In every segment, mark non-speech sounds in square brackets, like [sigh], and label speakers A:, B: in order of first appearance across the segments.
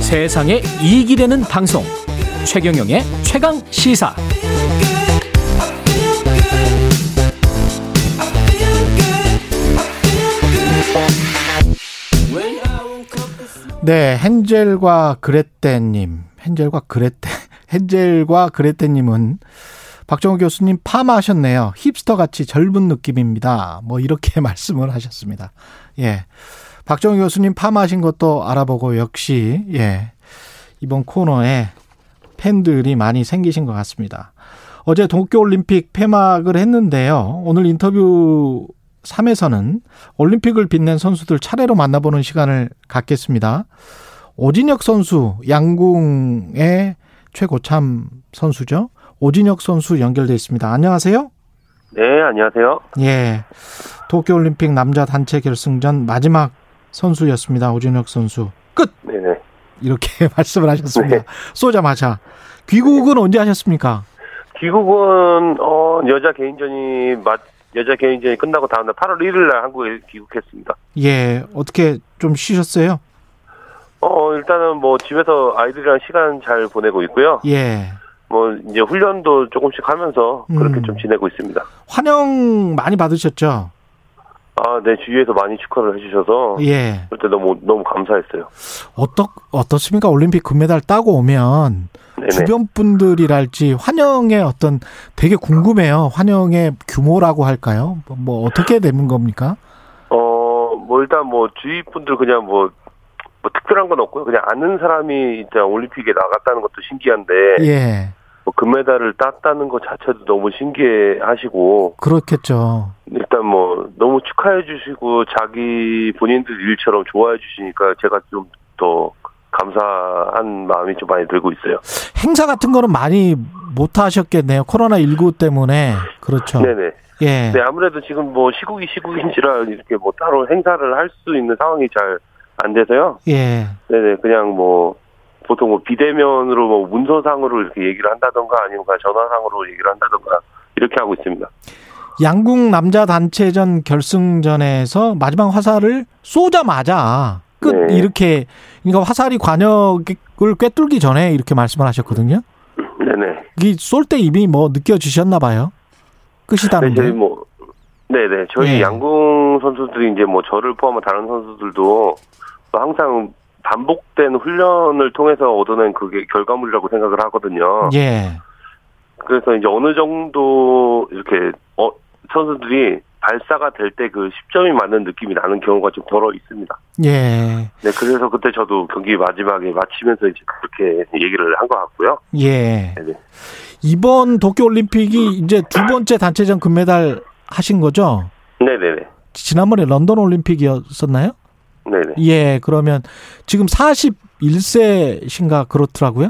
A: 세상에 이익이 되는 방송 최경영의 최강 시사
B: 네, 헨젤과 그레테님, 헨젤과 그레테, [laughs] 헨젤과 그레테님은 박정우 교수님 파마하셨네요. 힙스터 같이 젊은 느낌입니다. 뭐 이렇게 [laughs] 말씀을 하셨습니다. 예, 박정우 교수님 파마하신 것도 알아보고 역시 예 이번 코너에 팬들이 많이 생기신 것 같습니다. 어제 도쿄올림픽 폐막을 했는데요. 오늘 인터뷰 3에서는 올림픽을 빛낸 선수들 차례로 만나보는 시간을 갖겠습니다. 오진혁 선수, 양궁의 최고참 선수죠. 오진혁 선수 연결돼 있습니다. 안녕하세요.
C: 네, 안녕하세요.
B: 예. 도쿄올림픽 남자 단체 결승전 마지막 선수였습니다. 오진혁 선수. 끝!
C: 네네.
B: 이렇게 [laughs] 말씀을 하셨습니다.
C: 네.
B: 쏘자마자. 귀국은 언제 하셨습니까?
C: 귀국은 어, 여자 개인전이 맞 여자 개인전이 끝나고 다음날 8월 1일 날 한국에 귀국했습니다.
B: 예. 어떻게 좀 쉬셨어요?
C: 어 일단은 뭐 집에서 아이들이랑 시간 잘 보내고 있고요.
B: 예.
C: 뭐 이제 훈련도 조금씩 하면서 그렇게
B: 음.
C: 좀 지내고 있습니다.
B: 환영 많이 받으셨죠?
C: 아, 네 주위에서 많이 축하를 해주셔서
B: 예.
C: 그때 너무 너무 감사했어요.
B: 어떻, 어떻습니까? 올림픽 금메달 따고 오면
C: 네네.
B: 주변 분들이랄지 환영의 어떤 되게 궁금해요. 환영의 규모라고 할까요? 뭐, 뭐 어떻게 되는 겁니까?
C: 어뭐 일단 뭐 주위 분들 그냥 뭐. 뭐 특별한 건 없고요. 그냥 아는 사람이 일단 올림픽에 나갔다는 것도 신기한데
B: 예.
C: 뭐 금메달을 땄다는 것 자체도 너무 신기해하시고
B: 그렇겠죠.
C: 일단 뭐 너무 축하해 주시고 자기 본인들 일처럼 좋아해 주시니까 제가 좀 더 감사한 마음이 좀 많이 들고 있어요.
B: 행사 같은 거는 많이 못 하셨겠네요. 코로나 19 때문에 그렇죠.
C: 네네.
B: 예.
C: 네 아무래도 지금 뭐 시국이 시국인지라 이렇게 뭐 따로 행사를 할 수 있는 상황이 잘 안 돼서요.
B: 예.
C: 네네 그냥 뭐 보통 뭐 비대면으로 뭐 문서상으로 이렇게 얘기를 한다던가 아니면 그냥 전화상으로 얘기를 한다던가 이렇게 하고 있습니다.
B: 양궁 남자 단체전 결승전에서 마지막 화살을 쏘자마자 끝
C: 네.
B: 이렇게 그러니까 화살이 관역을 꿰뚫기 전에 이렇게 말씀을 하셨거든요.
C: 네네.
B: 이 쏠 때 이미 뭐 느껴지셨나 봐요.
C: 네, 저희
B: 끝이다는데.
C: 뭐, 네네. 저희
B: 예.
C: 양궁 선수들이 이제 뭐 저를 포함한 다른 선수들도 뭐 항상 반복된 훈련을 통해서 얻어낸 그게 결과물이라고 생각을 하거든요.
B: 예.
C: 그래서 이제 어느 정도 이렇게 어, 선수들이 발사가 될 때 그 10점이 맞는 느낌이 나는 경우가 좀 덜어 있습니다.
B: 예.
C: 네, 그래서 그때 저도 경기 마지막에 마치면서 이제 그렇게 얘기를 한 것 같고요.
B: 예.
C: 네네.
B: 이번 도쿄 올림픽이 이제 두 번째 단체전 금메달 하신 거죠?
C: 네네네.
B: 지난번에 런던 올림픽이었었나요?
C: 네네.
B: 예. 그러면 지금 41세신가 그렇더라고요.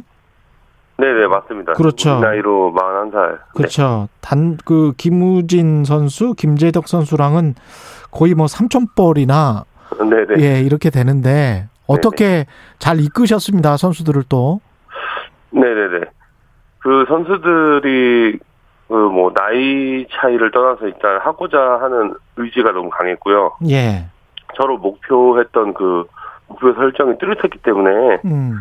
C: 네. 네네, 맞습니다.
B: 그렇죠.
C: 우리 나이로 41살.
B: 그렇죠. 단 그 김우진 선수, 김재덕 선수랑은 거의 뭐 삼촌뻘이나
C: 네. 네네. 네.
B: 예 이렇게 되는데 어떻게 잘 이끄셨습니다 선수들을 또.
C: 네네네. 그 선수들이 그 뭐 나이 차이를 떠나서 일단 하고자 하는 의지가 너무 강했고요.
B: 예.
C: 서로 목표했던 그 목표 설정이 뚜렷했기 때문에
B: 음.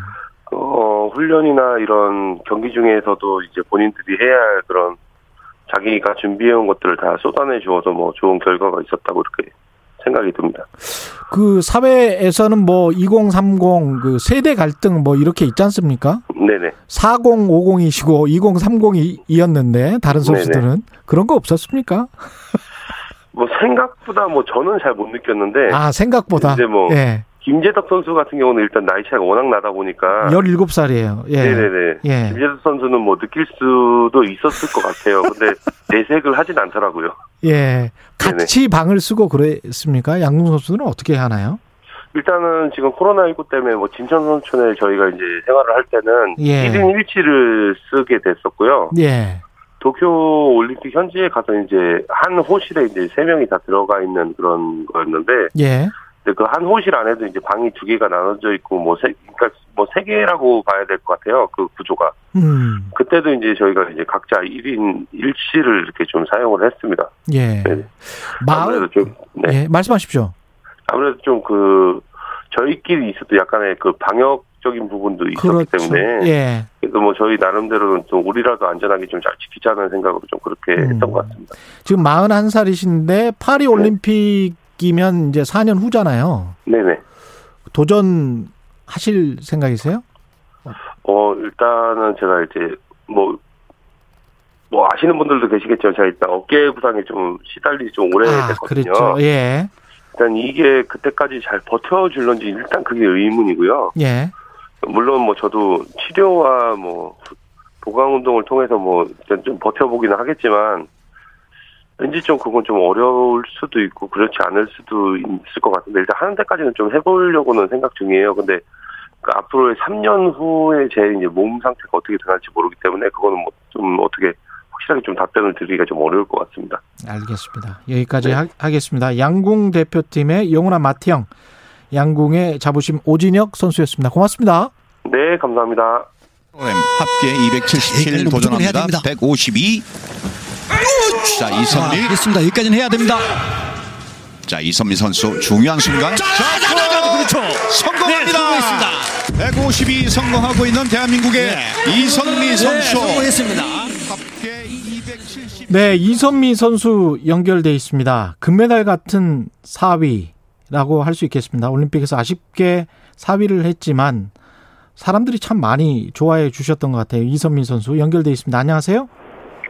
C: 어 훈련이나 이런 경기 중에서도 이제 본인들이 해야 할 그런 자기가 준비해온 것들을 다 쏟아내 주어서 뭐 좋은 결과가 있었다고 이렇게 생각이 듭니다.
B: 그 사회에서는 뭐 2030 그 세대 갈등 뭐 이렇게 있지 않습니까?
C: 네네.
B: 4050이시고 2030이었는데 다른 선수들은 그런 거 없었습니까?
C: 뭐 생각보다 뭐 저는 잘 못 느꼈는데
B: 아 생각보다
C: 네. 이제 뭐-
B: 예.
C: 김재덕 선수 같은 경우는 일단 나이 차이가 워낙 나다 보니까
B: 예. 17살이에요. 예.
C: 아. 네네네.
B: 예.
C: 김재수 선수는 뭐 느낄 수도 있었을 것 같아요.
B: [laughs]
C: 근데 내색을 하진 않더라고요.
B: 예. 같이 방을 쓰고 그랬습니까? 양궁 선수들은 어떻게 하나요?
C: 일단은 지금 코로나19 때문에 뭐 진천선촌에 저희가 이제 생활을 할 때는
B: 예.
C: 1인 1치를 쓰게 됐었고요.
B: 예.
C: 도쿄 올림픽 현지에 가서 이제 한 호실에 이제 세 명이 다 들어가 있는 그런 거였는데
B: 예.
C: 그 한 호실 안에도 이제 방이 두 개가 나눠져 있고 뭐세 그러니까 뭐 세 개라고 봐야 될 것 같아요. 그 구조가.
B: 음.
C: 그때도 이제 저희가 이제 각자 1인 1치를 이렇게 좀 사용을 했습니다.
B: 예.
C: 네네.
B: 마음
C: 아무래도 좀 네.
B: 예, 말씀하십시오.
C: 아무래도 좀 그 저희끼리 있어도 약간의 그 방역적인 부분도 있었기 때문에
B: 예.
C: 그래도 뭐 저희 나름대로는 좀 우리라도 안전하게 좀 잘 지키자는 생각으로 좀 그렇게
B: 음.
C: 했던 것 같습니다.
B: 지금 41살이신데 파리 올림픽이면 이제 4년 후잖아요.
C: 네네.
B: 도전하실 생각이세요?
C: 어 일단은 제가 이제 뭐 뭐 아시는 분들도 계시겠지만 제가 일단 어깨 부상이 좀 시달리 좀
B: 아,
C: 오래됐거든요.
B: 그렇죠. 예.
C: 일단 이게 그때까지 잘 버텨줄런지 일단 그게 의문이고요.
B: 예.
C: 물론 뭐 저도 치료와 뭐 보강 운동을 통해서 뭐 일단 좀 버텨보기는 하겠지만 왠지 좀 그건 좀 어려울 수도 있고 그렇지 않을 수도 있을 것 같은데 일단 하는 데까지는 좀 해보려고는 생각 중이에요. 근데 그 앞으로의 3년 후에 제 이제 몸 상태가 어떻게 변할지 모르기 때문에 그거는 뭐 좀 어떻게 확실하게 좀 답변을 드리기가 좀 어려울 것 같습니다.
B: 알겠습니다. 여기까지 하, 하겠습니다. 양궁 대표팀의 영훈아 마티형, 양궁의 자부심 오진혁 선수였습니다. 고맙습니다.
C: 네, 감사합니다.
D: 프로그램 음, 합계 277
E: 이거 무조건 해야 됩니다.
D: 도전합니다. 152. 자
E: 자,
D: 이선미,
E: 됐습니다. 여기까지는 해야 됩니다.
D: 자 이선미 선수 중요한 순간.
E: 자, 자, 자, 자, 그렇죠. 네, 성공했습니다.
D: 성공합니다. 152 성공하고 있는 대한민국의 이선미
E: 네,
D: 선수.
E: 성공했습니다.
D: 합계 277.
B: 네, 이선미 선수 연결돼 있습니다. 금메달 같은 4위라고 할 수 있겠습니다. 올림픽에서 아쉽게 4위를 했지만 사람들이 참 많이 좋아해 주셨던 것 같아요. 이선미 선수 연결돼 있습니다. 안녕하세요.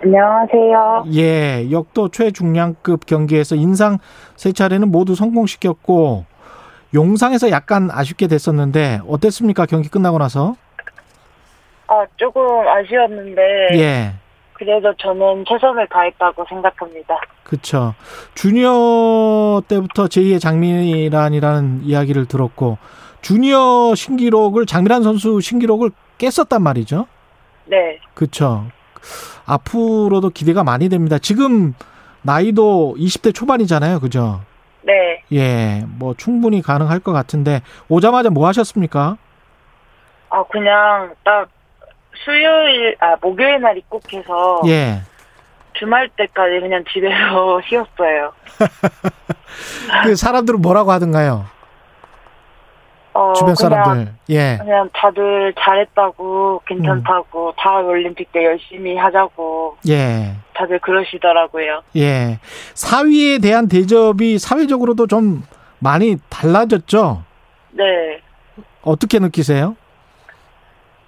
F: 안녕하세요.
B: 예, 역도 최중량급 경기에서 인상 세 차례는 모두 성공시켰고 용상에서 약간 아쉽게 됐었는데 어땠습니까? 경기 끝나고 나서?
F: 아, 조금 아쉬웠는데,
B: 예.
F: 그래도 저는 최선을 다했다고 생각합니다.
B: 그쵸. 주니어 때부터 제2의 장미란이라는 이야기를 들었고, 주니어 신기록을, 장미란 선수 신기록을 깼었단 말이죠.
F: 네.
B: 그쵸. 앞으로도 기대가 많이 됩니다. 지금 나이도 20대 초반이잖아요. 그죠?
F: 네.
B: 예, 뭐 충분히 가능할 것 같은데, 오자마자 뭐 하셨습니까?
F: 아, 그냥 딱 수요일, 아, 목요일 날 입국해서
B: 예.
F: 주말 때까지 그냥 집에서 [laughs] 쉬었어요.
B: 그 사람들은 뭐라고 하던가요?
F: 어,
B: 주변
F: 그냥,
B: 사람들. 예.
F: 그냥 다들 잘했다고, 괜찮다고, 다음 올림픽 때 열심히 하자고,
B: 예.
F: 다들 그러시더라고요.
B: 예. 사위에 대한 대접이 사회적으로도 좀 많이 달라졌죠?
F: 네.
B: 어떻게 느끼세요?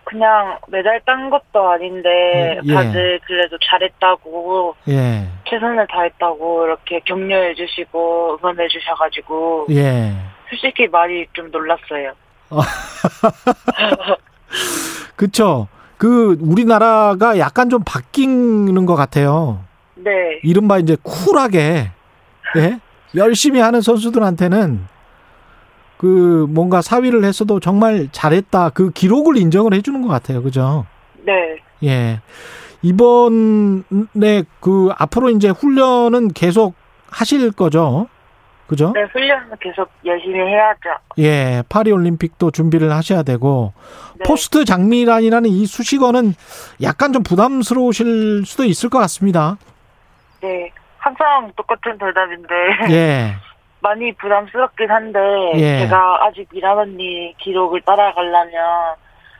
F: 그냥 메달 딴 것도 아닌데,
B: 예.
F: 다들 그래도 잘했다고,
B: 예.
F: 최선을 다했다고 이렇게 격려해 주시고 응원해 주셔가지고
B: 예.
F: 솔직히 말이 좀 놀랐어요.
B: 그쵸. 그, 우리나라가 약간 좀 바뀌는 것 같아요.
F: 네,
B: 이른바 이제 쿨하게, 예? 열심히 하는 선수들한테는 그 뭔가 사위를 했어도 정말 잘했다. 그 기록을 인정을 해주는 것 같아요. 그죠?
F: 네,
B: 예. 이번에 그 앞으로 이제 훈련은 계속 하실 거죠? 그죠?
F: 네 훈련은 계속 열심히 해야죠.
B: 예. 파리 올림픽도 준비를 하셔야 되고
F: 네,
B: 포스트 장미란이라는 이 수식어는 약간 좀 부담스러우실 수도 있을 것 같습니다.
F: 네. 항상 똑같은 대답인데
B: 예.
F: [laughs] 많이 부담스럽긴 한데
B: 예.
F: 제가 아직 미란 언니 기록을 따라가려면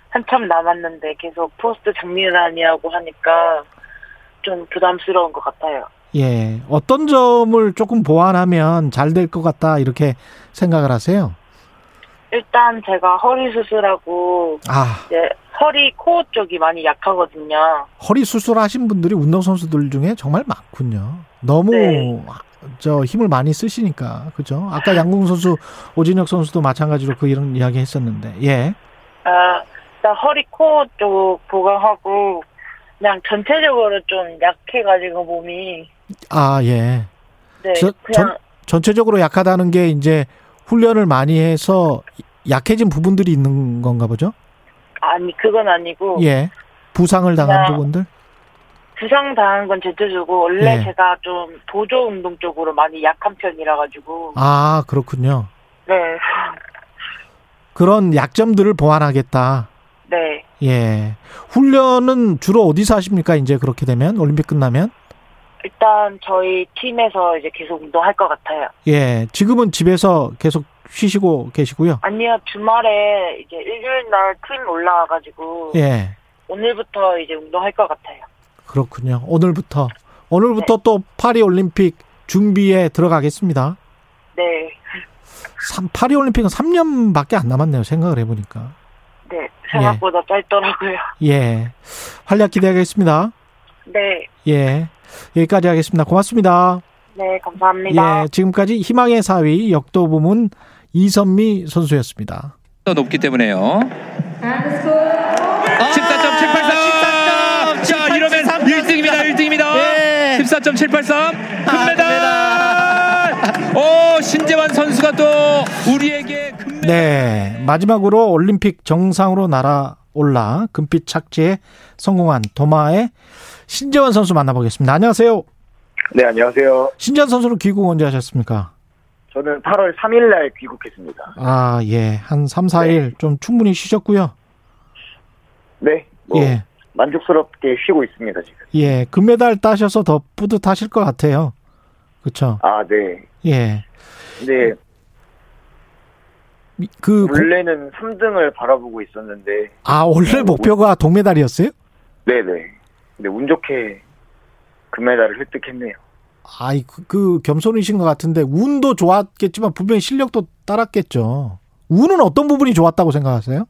F: 한참 남았는데 계속 포스트 정리란이라고 하니까 좀 부담스러운 것 같아요.
B: 예. 어떤 점을 조금 보완하면 잘 될 것 같다 이렇게 생각을 하세요?
F: 일단 제가 허리 수술하고
B: 아,
F: 이제 허리 코어 쪽이 많이 약하거든요.
B: 허리 수술하신 분들이 운동 선수들 중에 정말 많군요. 너무 아,
F: 네.
B: 저 힘을 많이 쓰시니까 그죠? 아까 양궁 선수 오진혁 선수도 마찬가지로 그 이런 이야기 했었는데 예.
F: 아, 일단 허리 코어 쪽 보강하고 그냥 전체적으로 좀 약해가지고 몸이
B: 아 예.
F: 네
B: 저-
F: 그냥
B: 전체적으로 약하다는 게 이제 훈련을 많이 해서 약해진 부분들이 있는 건가 보죠?
F: 아니 그건 아니고
B: 예. 부상을 당한
F: 그냥-
B: 부분들?
F: 부상 당한 건 제쳐주고 원래
B: 예.
F: 제가 좀 보조 운동 쪽으로 많이 약한 편이라 가지고
B: 아, 그렇군요.
F: 네
B: 그런 약점들을 보완하겠다.
F: 네.
B: 예. 훈련은 주로 어디서 하십니까? 이제 그렇게 되면? 올림픽 끝나면?
F: 일단 저희 팀에서 이제 계속 운동할 것 같아요.
B: 예. 지금은 집에서 계속 쉬시고 계시고요.
F: 아니요, 주말에 이제 일요일 날 트림 올라와가지고
B: 예.
F: 오늘부터 이제 운동할 것 같아요.
B: 그렇군요. 오늘부터 오늘부터 또 파리 올림픽 준비에 들어가겠습니다.
F: 네,
B: 삼- 파리 올림픽은 3년밖에 안 남았네요. 생각을 해 보니까.
F: 네 생각보다 짧더라고요. [laughs]
B: 예. 활약 기대하겠습니다.
F: 네,
B: 예. 여기까지 하겠습니다. 고맙습니다.
F: 네 감사합니다.
B: 예. 지금까지 희망의 사위 역도 부문 이선미 선수였습니다.
G: 더 높기 때문에요. 아, 14.783.
E: 14.783.
G: 자, 이러면 1등입니다. 1등입니다.
E: 예.
G: 14.783. 아, 금메달. 오, 신재환 선수가 또 우리에게 금메달.
B: 네. 마지막으로 올림픽 정상으로 날아올라 금빛 착지에 성공한 도마의 신재원 선수 만나보겠습니다. 안녕하세요.
H: 네, 안녕하세요.
B: 신재원 선수는 귀국 언제 하셨습니까?
H: 저는 8월 3일 날 귀국했습니다.
B: 아, 예. 한 3, 4일 좀 충분히 쉬셨고요.
H: 네, 뭐
B: 예.
H: 만족스럽게 쉬고 있습니다, 지금.
B: 예. 금메달 따셔서 더 뿌듯하실 것 같아요. 그렇죠?
H: 아, 네.
B: 예.
H: 근데
B: 그 고-
H: 원래는 3등을 바라보고 있었는데
B: 아, 원래 목표가 동메달이었어요?
H: 네, 네. 근데 운 좋게 금메달을 획득했네요.
B: 아이, 그, 그 겸손이신 것 같은데, 운도 좋았겠지만, 분명히 실력도 따랐겠죠. 운은 어떤 부분이 좋았다고 생각하세요?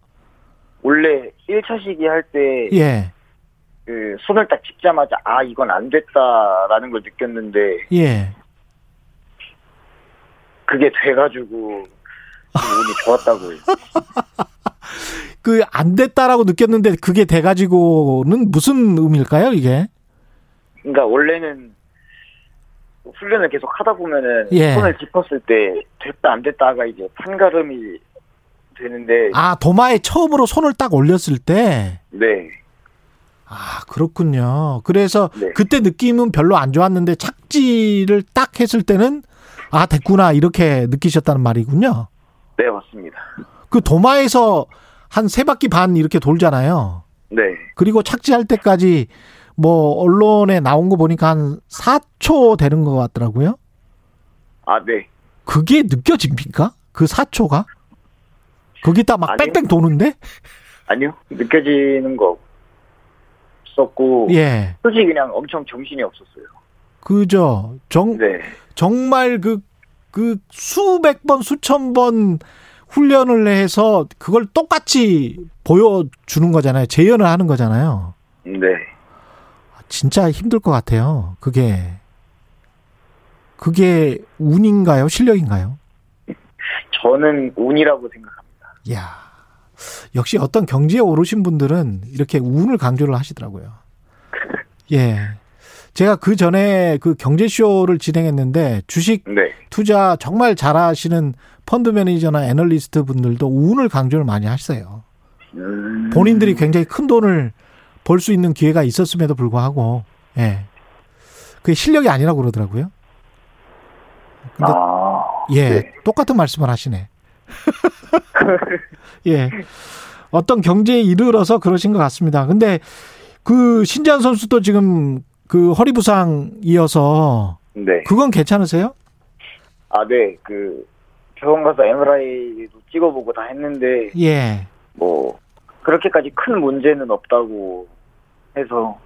H: 원래 1차 시기 할 때 그
B: 예,
H: 손을 딱 짚자마자 아, 이건 안 됐다라는 걸 느꼈는데
B: 예.
H: 그게 돼 가지고 운이 좋았다고요.
B: 그, 안 됐다라고 느꼈는데, 그게 돼가지고는 무슨 의미일까요, 이게?
H: 그러니까 원래는 훈련을 계속 하다 보면은
B: 예.
H: 손을 짚었을 때 됐다 안 됐다가 이제 판가름이 되는데
B: 아, 도마에 처음으로 손을 딱 올렸을 때,
H: 네
B: 아, 그렇군요. 그래서
H: 네.
B: 그때 느낌은 별로 안 좋았는데, 착지를 딱 했을 때는, 아, 됐구나, 이렇게 느끼셨다는 말이군요.
H: 네, 맞습니다.
B: 그 도마에서 한 세 바퀴 반 이렇게 돌잖아요.
H: 네.
B: 그리고 착지할 때까지 뭐 언론에 나온 거 보니까 한 4초 되는 것 같더라고요.
H: 아, 네.
B: 그게 느껴집니까? 그 4초가? 거기다 막
H: 아니요.
B: 뺑뺑 도는데?
H: 아니요. 느껴지는 거 없었고
B: 예.
H: 솔직히 그냥 엄청 정신이 없었어요.
B: 그죠. 정,
H: 네.
B: 정말 그, 그 수백 번, 수천 번 훈련을 해서 그걸 똑같이 보여주는 거잖아요. 재현을 하는 거잖아요. 아,
H: 네.
B: 진짜 힘들 것 같아요. 그게. 그게 운인가요? 실력인가요?
H: 저는 운이라고 생각합니다.
B: 야 역시 어떤 경지에 오르신 분들은 이렇게 운을 강조를 하시더라고요. 예. 제가 그 전에 그 경제쇼를 진행했는데 주식
H: 네.
B: 투자 정말 잘하시는 펀드 매니저나 애널리스트 분들도 운을 강조를 많이 하세요.
H: 음,
B: 본인들이 굉장히 큰 돈을 벌 수 있는 기회가 있었음에도 불구하고, 예. 그게 실력이 아니라고 그러더라고요. 근데
H: 아,
B: 예,
H: 네.
B: 똑같은 말씀을 하시네. [laughs] 예. 어떤 경제에 이르러서 그러신 것 같습니다. 근데 그 신지한 선수도 지금 그 허리 부상이어서
H: 네.
B: 그건 괜찮으세요?
H: 아, 네. 그 병원 가서 MRI도 찍어보고 다 했는데
B: 예.
H: 뭐 그렇게까지 큰 문제는 없다고 해서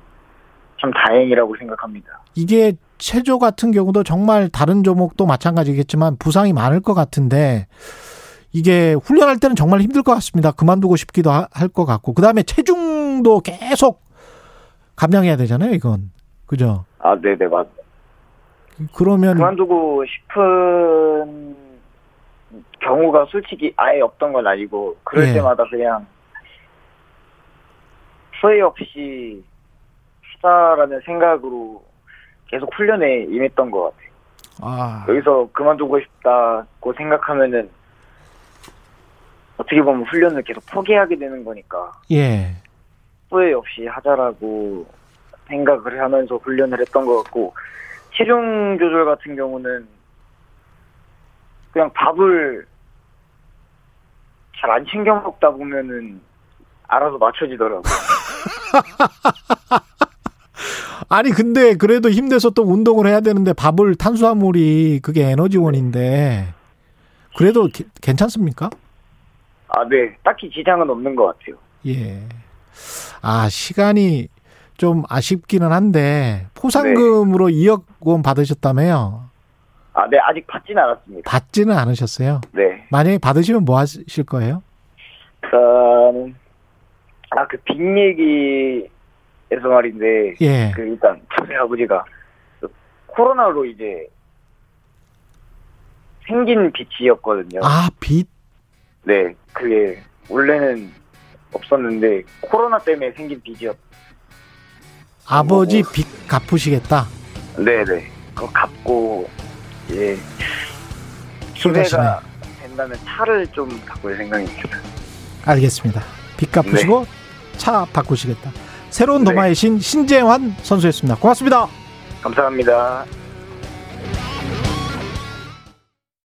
H: 참 다행이라고 생각합니다.
B: 이게 체조 같은 경우도 정말 다른 종목도 마찬가지겠지만 부상이 많을 것 같은데 이게 훈련할 때는 정말 힘들 것 같습니다. 그만두고 싶기도 할 것 같고 그다음에 체중도 계속 감량해야 되잖아요, 이건. 그죠?
H: 아, 네네, 맞.
B: 그러면
H: 그만두고 싶은 경우가 솔직히 아예 없던 건 아니고 그럴
B: 예.
H: 때마다 그냥 후회 없이 하자라는 생각으로 계속 훈련에 임했던 것 같아요.
B: 아,
H: 여기서 그만두고 싶다고 생각하면은 어떻게 보면 훈련을 계속 포기하게 되는 거니까.
B: 예.
H: 후회 없이 하자라고 생각을 하면서 훈련을 했던 것 같고 체중 조절 같은 경우는 그냥 밥을 잘 안 챙겨 먹다 보면은 알아서 맞춰지더라고.
B: 아니 근데 그래도 힘내서 또 운동을 해야 되는데 밥을 탄수화물이 그게 에너지원인데 그래도 게- 괜찮습니까?
H: 아, 네. 딱히 지장은 없는 것 같아요.
B: 예. 아, 시간이 좀 아쉽기는 한데
H: 네.
B: 포상금으로 2억 원 받으셨다며요.
H: 아, 네. 아직 받진 않았습니다.
B: 받지는 않으셨어요.
H: 네.
B: 만약에 받으시면 뭐 하실 거예요?
H: 일단, 아, 그 빅 얘기에서 말인데,
B: 예.
H: 그 일단 저희 아버지가 그 코로나로 이제 생긴 빚이었거든요.
B: 아, 빚.
H: 네, 그게 원래는 없었는데 코로나 때문에 생긴 빚이었. 어.
B: 아버지 빚 갚으시겠다.
H: 네, 네. 그거 갚고 이제
B: 쏟아지네.
H: 기회가 된다면 차를 좀 바꿀 생각입니다.
B: 알겠습니다. 빚 갚으시고 차 바꾸시겠다. 새로운
H: 네.
B: 도마의 신 신재환 선수였습니다. 고맙습니다.
H: 감사합니다.